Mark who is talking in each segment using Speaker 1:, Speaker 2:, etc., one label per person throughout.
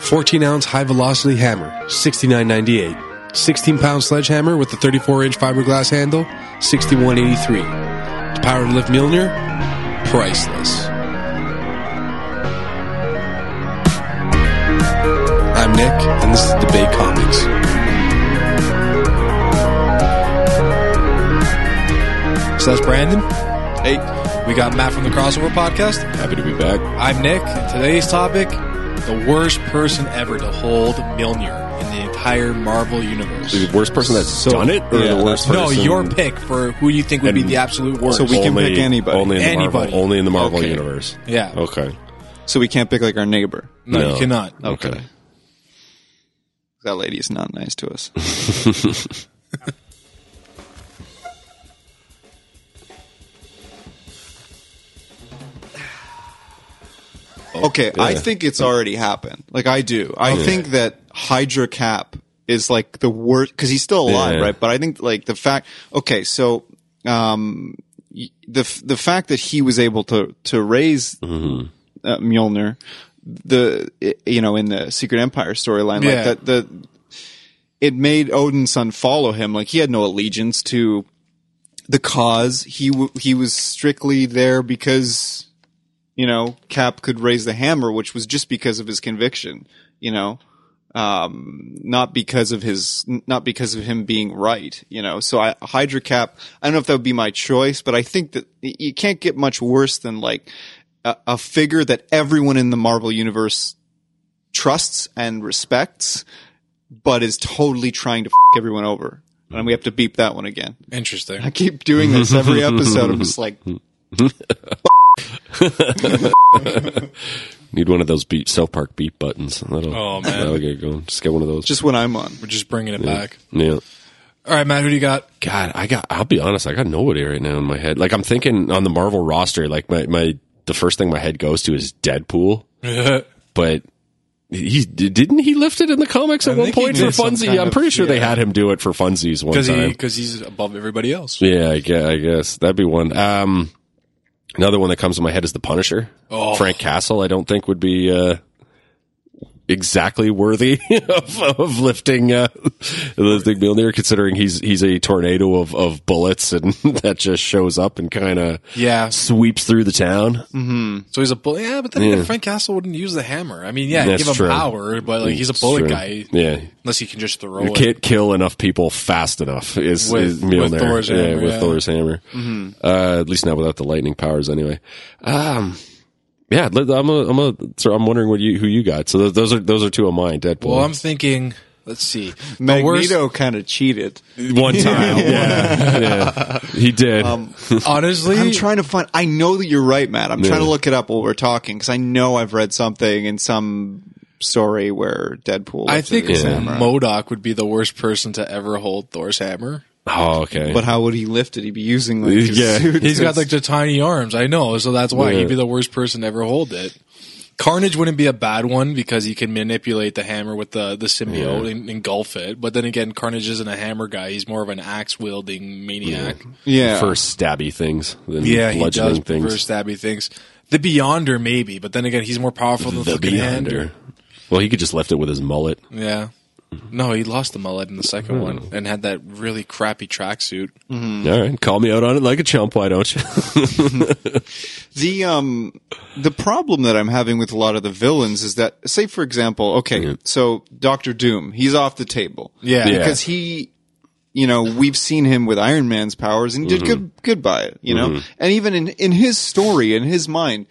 Speaker 1: 14 ounce high velocity hammer, $69.98. 16 pound sledgehammer with a 34 inch fiberglass handle, $61.83. The power to lift Milner, priceless. I'm Nick, and this is Debate Comics.
Speaker 2: So that's Brandon. Hey, we got Matt from the Crossover Podcast.
Speaker 3: Happy to be back.
Speaker 2: I'm Nick. and Today's topic the worst person ever to hold Milner in the entire Marvel Universe.
Speaker 3: The worst person that's
Speaker 2: So-
Speaker 3: done it, or
Speaker 4: Yeah,
Speaker 3: the worst
Speaker 2: no,
Speaker 3: person?
Speaker 2: your pick for who you think would be
Speaker 3: And-
Speaker 2: the absolute worst.
Speaker 4: So we can
Speaker 3: Only-
Speaker 4: pick anybody.
Speaker 3: Only in the
Speaker 2: Anybody.
Speaker 3: Marvel, only in the Marvel
Speaker 4: Okay.
Speaker 3: universe.
Speaker 2: yeah.
Speaker 3: Okay.
Speaker 4: So we can't pick like our neighbor.
Speaker 2: No, you
Speaker 3: Oh, No.
Speaker 2: cannot.
Speaker 3: Okay.
Speaker 4: That lady's not nice to us. okay, I
Speaker 3: yeah.
Speaker 4: think it's already happened. Like I do. I think that Hydra Cap is like the worst because he's still alive,
Speaker 3: Yeah.
Speaker 4: right? But I think like the fact. Okay, so um, y- the f- the fact that he was able to to raise uh, Mjolnir, the i- you know in the Secret Empire storyline,
Speaker 2: Yeah.
Speaker 4: like that the it made Odin's son follow him. Like he had no allegiance to the cause. He w- he was strictly there because you know Cap could raise the hammer, which was just because of his conviction. You know, um, not because of his not because of him being right. You know, so I Hydra Cap. I don't know if that would be my choice, but I think that y- you can't get much worse than like a, a figure that everyone in the Marvel universe trusts and respects, but is totally trying to f- everyone over. And we have to beep that one again.
Speaker 2: Interesting.
Speaker 4: I keep doing this every episode. I'm just like,
Speaker 3: Need one of those beat South Park beat buttons. That'll,
Speaker 2: Oh, man.
Speaker 3: that'll get it going. Just get one of those.
Speaker 4: just when I'm on.
Speaker 2: We're just bringing it back.
Speaker 3: yeah.
Speaker 2: All right, Matt, who do you got?
Speaker 3: God, I got. I'll be honest. I got nobody right now in my head. Like I'm thinking on the Marvel roster. Like my my the first thing my head goes to is Deadpool. but he didn't he lift it in the comics at one
Speaker 2: think he
Speaker 3: point for
Speaker 2: did some
Speaker 3: funsies.
Speaker 4: kind
Speaker 3: I'm
Speaker 4: of-
Speaker 3: pretty sure they
Speaker 2: yeah.
Speaker 3: had him do it for funsies one
Speaker 2: Because
Speaker 3: time.
Speaker 2: he, cause he's above everybody else.
Speaker 3: Yeah, I guess, I guess that'd be one. Um, another one that comes to my head is the Punisher.
Speaker 2: Oh.
Speaker 3: Frank Castle, I don't think would be uh, exactly worthy of, of lifting uh, lifting Mjolnir, considering he's he's a tornado of, of bullets and that just shows up and kind of
Speaker 2: Yeah.
Speaker 3: sweeps through the town.
Speaker 2: So he's a bully. Yeah, but then again, Frank Castle wouldn't use the hammer. I mean, yeah,
Speaker 3: That's
Speaker 2: give him
Speaker 3: true.
Speaker 2: power, but like he's a bullet
Speaker 3: Sure.
Speaker 2: guy.
Speaker 3: Yeah,
Speaker 2: Unless he can just throw
Speaker 3: You
Speaker 2: it.
Speaker 3: can't kill enough people fast enough. Is
Speaker 2: With-
Speaker 3: is
Speaker 2: with
Speaker 3: Mjolnir.
Speaker 2: Thor's
Speaker 3: yeah,
Speaker 2: hammer,
Speaker 3: with
Speaker 2: yeah. Mm-hmm.
Speaker 3: Thor's hammer. Uh, at least not without the lightning powers, anyway. Um, yeah, let- I'm a, I'm a, so I'm wondering what you who you got. So those, those are those are two of mine. Deadpool.
Speaker 2: Well, I'm thinking. Let's see. The worst-
Speaker 4: Magneto kind of cheated.
Speaker 3: one time. yeah, yeah. he did.
Speaker 2: Um, honestly,
Speaker 4: I'm trying to find. I know that you're right, Matt. I'm trying to look it up while we're talking because I know I've read something in some story where Deadpool.
Speaker 2: I
Speaker 4: lifted
Speaker 2: think
Speaker 4: his
Speaker 3: Yeah.
Speaker 4: hammer.
Speaker 2: Modoc would be the worst person to ever hold Thor's hammer.
Speaker 3: oh, okay.
Speaker 4: But how would he lift it? He'd be using like his
Speaker 3: Yeah.
Speaker 4: suit.
Speaker 2: He's got like the tiny arms. I know, so that's why he'd be the worst person to ever hold it. Carnage wouldn't be a bad one because he can manipulate the hammer with the the symbiote and engulf it. But then again, Carnage isn't a hammer guy. He's more of an axe wielding maniac.
Speaker 4: yeah.
Speaker 3: First stabby things, then
Speaker 2: Yeah, he does
Speaker 3: bludgeoning
Speaker 2: prefer
Speaker 3: things.
Speaker 2: stabby things. The Beyonder maybe, but then again, he's more powerful than
Speaker 3: The
Speaker 2: the
Speaker 3: Beyonder.
Speaker 2: Beyonder.
Speaker 3: Well, he could just lift it with his mullet.
Speaker 2: Yeah. No, he lost the mullet in the second one and had that really crappy tracksuit. Mm.
Speaker 3: All right, call me out on it like a chump. Why don't you?
Speaker 4: the um the problem that I'm having with a lot of the villains is that say for example, okay, so Doctor Doom, he's off the table.
Speaker 2: Yeah. Yeah.
Speaker 4: Because he you know, we've seen him with Iron Man's powers and he did good good by it, you know? And even in in his story, in his mind,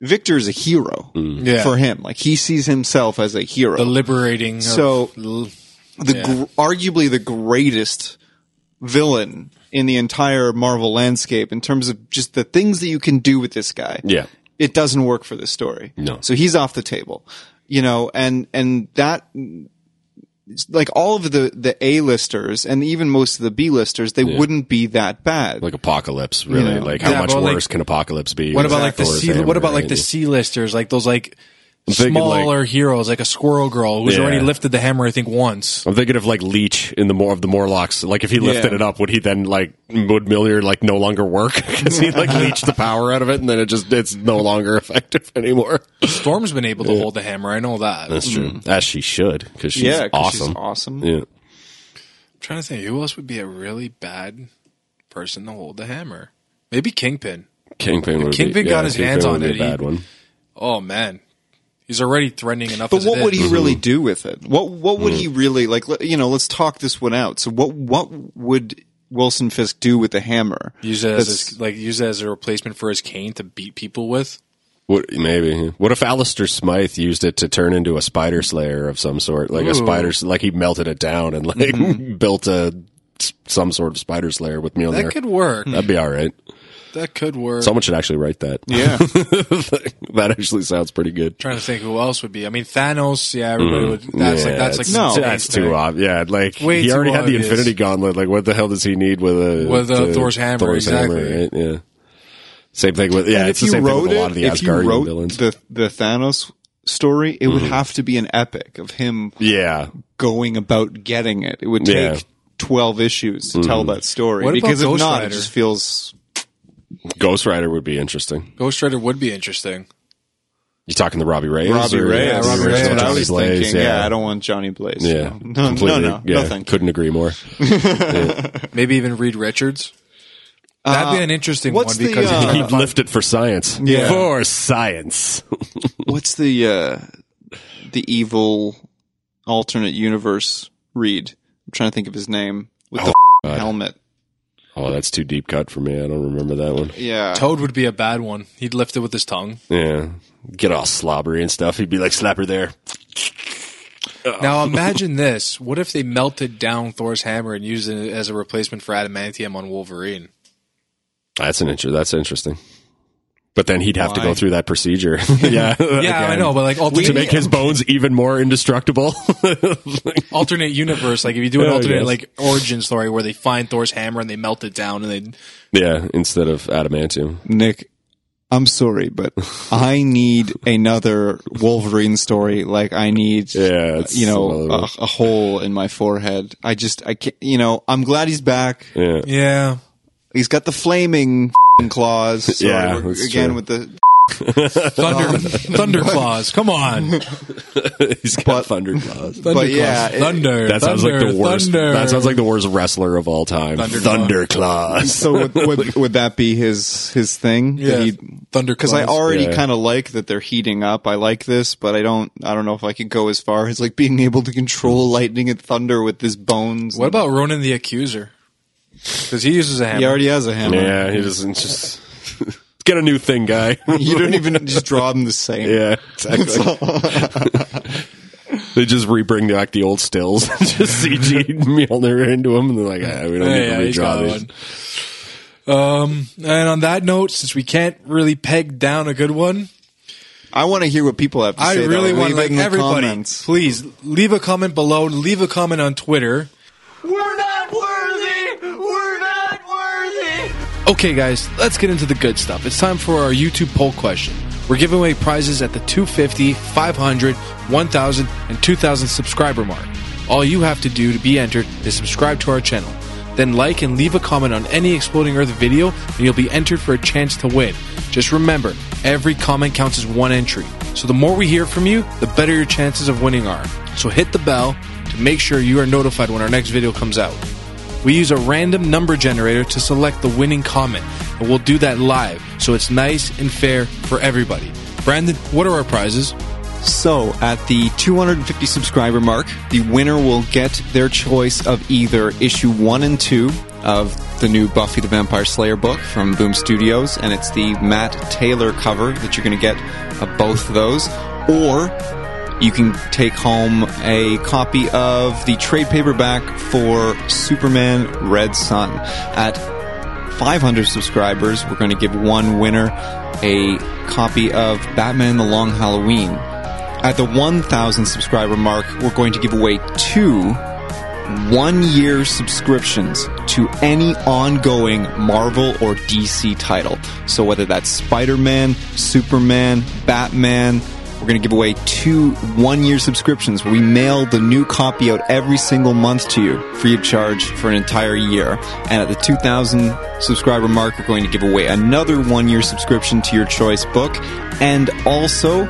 Speaker 4: Victor is a hero
Speaker 2: Yeah.
Speaker 4: for him. Like he sees himself as a hero
Speaker 2: The liberating. of-
Speaker 4: So-
Speaker 2: l-
Speaker 4: the gr- arguably the greatest villain in the entire Marvel landscape in terms of just the things that you can do with this guy.
Speaker 3: Yeah.
Speaker 4: It doesn't work for this story.
Speaker 3: No.
Speaker 4: So he's off the table. You know, and and that it's like all of the the A-listers and even most of the B-listers, they wouldn't be that bad.
Speaker 3: like apocalypse really
Speaker 4: Yeah.
Speaker 3: like how
Speaker 2: Yeah,
Speaker 3: much
Speaker 2: but, like,
Speaker 3: worse can apocalypse be
Speaker 2: what about like the
Speaker 3: Thor's
Speaker 2: C?
Speaker 3: hammer,
Speaker 2: What about like
Speaker 3: right?
Speaker 2: the C listers? Like those like
Speaker 3: I'm thinking like-
Speaker 2: smaller heroes like a Squirrel Girl who's
Speaker 3: Yeah.
Speaker 2: already lifted the hammer I think once.
Speaker 3: I'm thinking of like Leech in the more of the Morlocks. Like if he lifted
Speaker 4: Yeah.
Speaker 3: it up, would he then like would Miller like no longer work because he like leached the power out of it, and then it just it's no longer effective anymore.
Speaker 2: Storm's been able to hold the hammer. I know that. I'm
Speaker 3: That's true. As she should because she's
Speaker 4: yeah, 'cause
Speaker 3: awesome.
Speaker 4: She's awesome.
Speaker 3: Yeah.
Speaker 2: trying to think who else would be a really bad person to hold the hammer. Maybe Kingpin.
Speaker 3: Kingpin would
Speaker 2: Kingpin
Speaker 3: be,
Speaker 2: got
Speaker 3: yeah,
Speaker 2: his hands
Speaker 3: would
Speaker 2: on
Speaker 3: be
Speaker 2: it.
Speaker 3: A bad
Speaker 2: He-
Speaker 3: one.
Speaker 2: Oh man, he's already threatening enough.
Speaker 4: But
Speaker 2: as
Speaker 4: what
Speaker 2: it
Speaker 4: would
Speaker 2: is.
Speaker 4: he
Speaker 3: Mm-hmm.
Speaker 4: really do with it? What what would
Speaker 3: Mm.
Speaker 4: he really like? let- You know, let's talk this one out. So what what would Wilson Fisk do with the hammer?
Speaker 2: use it as
Speaker 4: That's-
Speaker 2: his, like use it as a replacement for his cane to beat people with?
Speaker 3: What maybe? yeah. What if Alistair Smythe used it to turn into a spider slayer of some sort, like a spider, like he melted it down and like built a some sort of spider slayer with Mjolnir?
Speaker 2: Mm-hmm. That could work.
Speaker 3: That'd be all right.
Speaker 2: That could work.
Speaker 3: Someone should actually write that.
Speaker 4: Yeah.
Speaker 3: that actually sounds pretty good.
Speaker 2: trying to think who else would be. I mean, Thanos. Yeah, everybody would.
Speaker 3: Yeah,
Speaker 2: That's like Hmm. that's like
Speaker 3: it's-
Speaker 4: No.
Speaker 2: the main
Speaker 3: that's
Speaker 2: thing.
Speaker 3: too obvious. Yeah, like
Speaker 2: Way
Speaker 3: he
Speaker 2: too
Speaker 3: already had the
Speaker 2: obvious.
Speaker 3: Infinity Gauntlet. Like, what the hell does he need with a
Speaker 2: With, uh,
Speaker 3: the-
Speaker 2: Thor's hammer, exactly.
Speaker 3: right? Yeah. Same thing with yeah.
Speaker 4: And
Speaker 3: it's the same thing with a lot of the
Speaker 4: if you
Speaker 3: Asgardian
Speaker 4: wrote
Speaker 3: villains.
Speaker 4: the the Thanos story, it would
Speaker 3: Mm-hmm.
Speaker 4: have to be an epic of him
Speaker 3: yeah,
Speaker 4: going about getting it. It would take
Speaker 3: Yeah. Mm-hmm.
Speaker 4: twelve issues to tell that story
Speaker 2: What about
Speaker 4: because if
Speaker 2: Ghost
Speaker 4: not, it
Speaker 2: Rider?
Speaker 4: just feels.
Speaker 3: Ghost Rider would be interesting.
Speaker 2: Ghost Rider would be interesting.
Speaker 3: You talking the Robbie Reyes?
Speaker 4: Robbie
Speaker 3: or-
Speaker 4: Reyes.
Speaker 2: Robbie
Speaker 4: That's
Speaker 2: Reyes.
Speaker 4: what I
Speaker 3: Johnny
Speaker 4: was
Speaker 3: Blaze,
Speaker 4: thinking. Yeah.
Speaker 3: yeah.
Speaker 4: I don't want Johnny Blaze.
Speaker 3: Yeah,
Speaker 4: No, no,
Speaker 3: completely.
Speaker 4: no,
Speaker 3: Yeah,
Speaker 4: no, thank you.
Speaker 3: couldn't agree more.
Speaker 2: Maybe even Reed Richards. That'd be an interesting
Speaker 4: Uh, what's
Speaker 2: one
Speaker 4: the,
Speaker 2: because
Speaker 4: uh,
Speaker 3: He'd lift it for science.
Speaker 4: Yeah.
Speaker 3: for science.
Speaker 4: What's the uh, the evil alternate universe read? I'm trying to think of his name with the f***ing helmet.
Speaker 3: Oh, that's too deep cut for me. I don't remember that one.
Speaker 4: Yeah,
Speaker 2: Toad would be a bad one. He'd lift it with his tongue.
Speaker 3: Yeah, get all slobbery and stuff. He'd be like, "Slapper there."
Speaker 2: Now imagine this: what if they melted down Thor's hammer and used it as a replacement for adamantium on Wolverine?
Speaker 3: That's an inter- That's interesting. But then he'd have to go
Speaker 4: Why?
Speaker 3: through that procedure. yeah,
Speaker 2: Yeah, I
Speaker 3: again.
Speaker 2: know, but like
Speaker 3: To
Speaker 2: alternate,
Speaker 3: make his bones even more indestructible.
Speaker 2: alternate universe, like if you do an
Speaker 3: Yeah, I
Speaker 2: alternate
Speaker 3: guess.
Speaker 2: like origin story where they find Thor's hammer and they melt it down and they
Speaker 3: yeah, instead of adamantium.
Speaker 4: Nick. I'm sorry, but I need another Wolverine story. Like I need,
Speaker 3: Yeah, it's
Speaker 4: you know,
Speaker 3: another
Speaker 4: a,
Speaker 3: one.
Speaker 4: a hole in my forehead. I just, I can't. You know, I'm glad he's back.
Speaker 3: Yeah.
Speaker 2: yeah,
Speaker 4: He's got the flaming f***ing claws. Sorry,
Speaker 3: Yeah,
Speaker 4: we're-
Speaker 3: that's
Speaker 4: again
Speaker 3: true.
Speaker 4: with the Um,
Speaker 2: thunder thunderclaws. Come on,
Speaker 3: He's got thunderclaws.
Speaker 2: Thunderclaws.
Speaker 4: But yeah, it-
Speaker 2: thunder.
Speaker 3: That sounds like
Speaker 2: thunder,
Speaker 3: the worst.
Speaker 2: Thunder.
Speaker 3: That sounds like the worst wrestler of all time.
Speaker 2: Thunderclaw.
Speaker 3: Thunderclaws.
Speaker 4: so would, would, would that be his his thing?
Speaker 2: yeah,
Speaker 4: That he'd-
Speaker 2: thunder.
Speaker 4: because I already
Speaker 3: Yeah.
Speaker 4: kind of like that they're heating up. I like this, but I don't. I don't know if I could go as far as like being able to control lightning and thunder with his bones.
Speaker 2: What about Ronan the Accuser? Because he uses a hammer.
Speaker 4: He already has a hammer.
Speaker 3: Yeah, he doesn't just get a new thing, guy.
Speaker 4: You don't even just draw him the same.
Speaker 3: yeah, exactly. they just rebring back the old stills, just CG Mjolnir into him, and they're like, ah, we don't
Speaker 2: Yeah, yeah,
Speaker 3: need
Speaker 2: he's
Speaker 3: to redraw
Speaker 2: got
Speaker 3: these.
Speaker 2: one. Um, and on that note, since we can't really peg down a good one,
Speaker 4: I want to hear what people have to
Speaker 2: I
Speaker 4: say.
Speaker 2: really
Speaker 4: though.
Speaker 2: want
Speaker 4: Leave
Speaker 2: to
Speaker 4: it
Speaker 2: like
Speaker 4: in the
Speaker 2: everybody,
Speaker 4: comments.
Speaker 2: please leave a comment below. Leave a comment on Twitter.
Speaker 5: We're not worthy! We're not worthy!
Speaker 2: Okay, guys, let's get into the good stuff. It's time for our YouTube poll question. We're giving away prizes at the 250, 500, 1000, and 2000 subscriber mark. All you have to do to be entered is subscribe to our channel. Then like and leave a comment on any Exploding Earth video, and you'll be entered for a chance to win. Just remember, every comment counts as one entry. So the more we hear from you, the better your chances of winning are. So hit the bell to make sure you are notified when our next video comes out. We use a random number generator to select the winning comment, and we'll do that live, so it's nice and fair for everybody. Brandon, what are our prizes?
Speaker 4: So, at the 250 subscriber mark, the winner will get their choice of either issue one and two of the new Buffy the Vampire Slayer book from Boom Studios, and it's the Matt Taylor cover that you're going to get of both of those, or you can take home a copy of the trade paperback for Superman Red Sun. At 500 subscribers, we're going to give one winner a copy of Batman The Long Halloween. At the 1,000 subscriber mark, we're going to give away two one year subscriptions to any ongoing Marvel or DC title. So, whether that's Spider Man, Superman, Batman, We're going to give away two one year subscriptions where we mail the new copy out every single month to you free of charge for an entire year. And at the 2,000 subscriber mark, we're going to give away another one year subscription to your choice book. And also,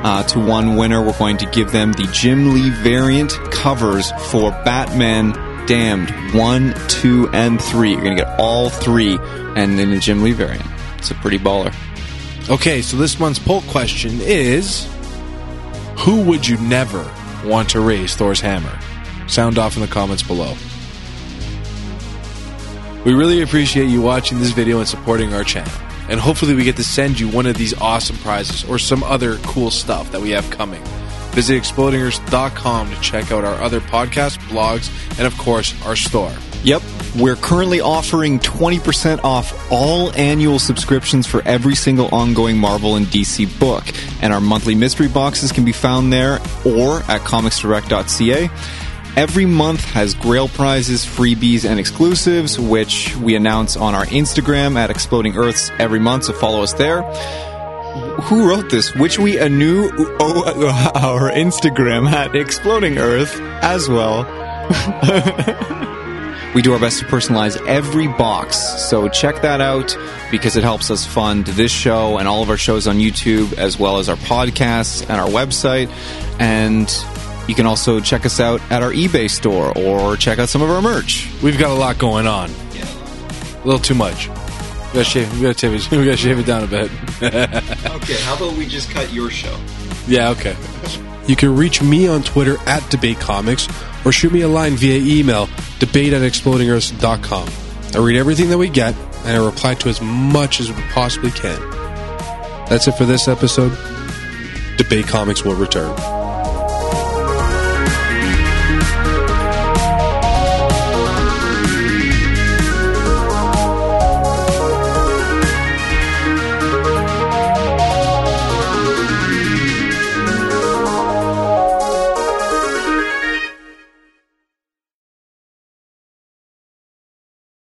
Speaker 4: uh, to one winner, we're going to give them the Jim Lee variant covers for Batman Damned 1, 2, and 3. You're going to get all three and then the Jim Lee variant. It's a pretty baller.
Speaker 2: Okay, so this month's poll question is Who would you never want to raise Thor's hammer? Sound off in the comments below. We really appreciate you watching this video and supporting our channel. And hopefully, we get to send you one of these awesome prizes or some other cool stuff that we have coming. Visit explodingers.com to check out our other podcasts, blogs, and of course, our store.
Speaker 4: Yep. We're currently offering 20% off all annual subscriptions for every single ongoing Marvel and DC book. And our monthly mystery boxes can be found there or at comicsdirect.ca. Every month has grail prizes, freebies, and exclusives, which we announce on our Instagram at Exploding Earths every month, so follow us there who wrote this? Which we anew oh, our Instagram at Exploding Earth as well. we do our best to personalize every box, so check that out because it helps us fund this show and all of our shows on YouTube, as well as our podcasts and our website. And you can also check us out at our eBay store or check out some of our merch.
Speaker 2: We've got a lot going on. A little too much. We gotta shave, we gotta shave it, we gotta shave it down a bit.
Speaker 4: Okay, how about we just cut your show?
Speaker 2: Yeah, okay. You can reach me on Twitter at Debate Comics or shoot me a line via email, debate at explodingearth.com. I read everything that we get and I reply to as much as we possibly can. That's it for this episode. Debate Comics will return.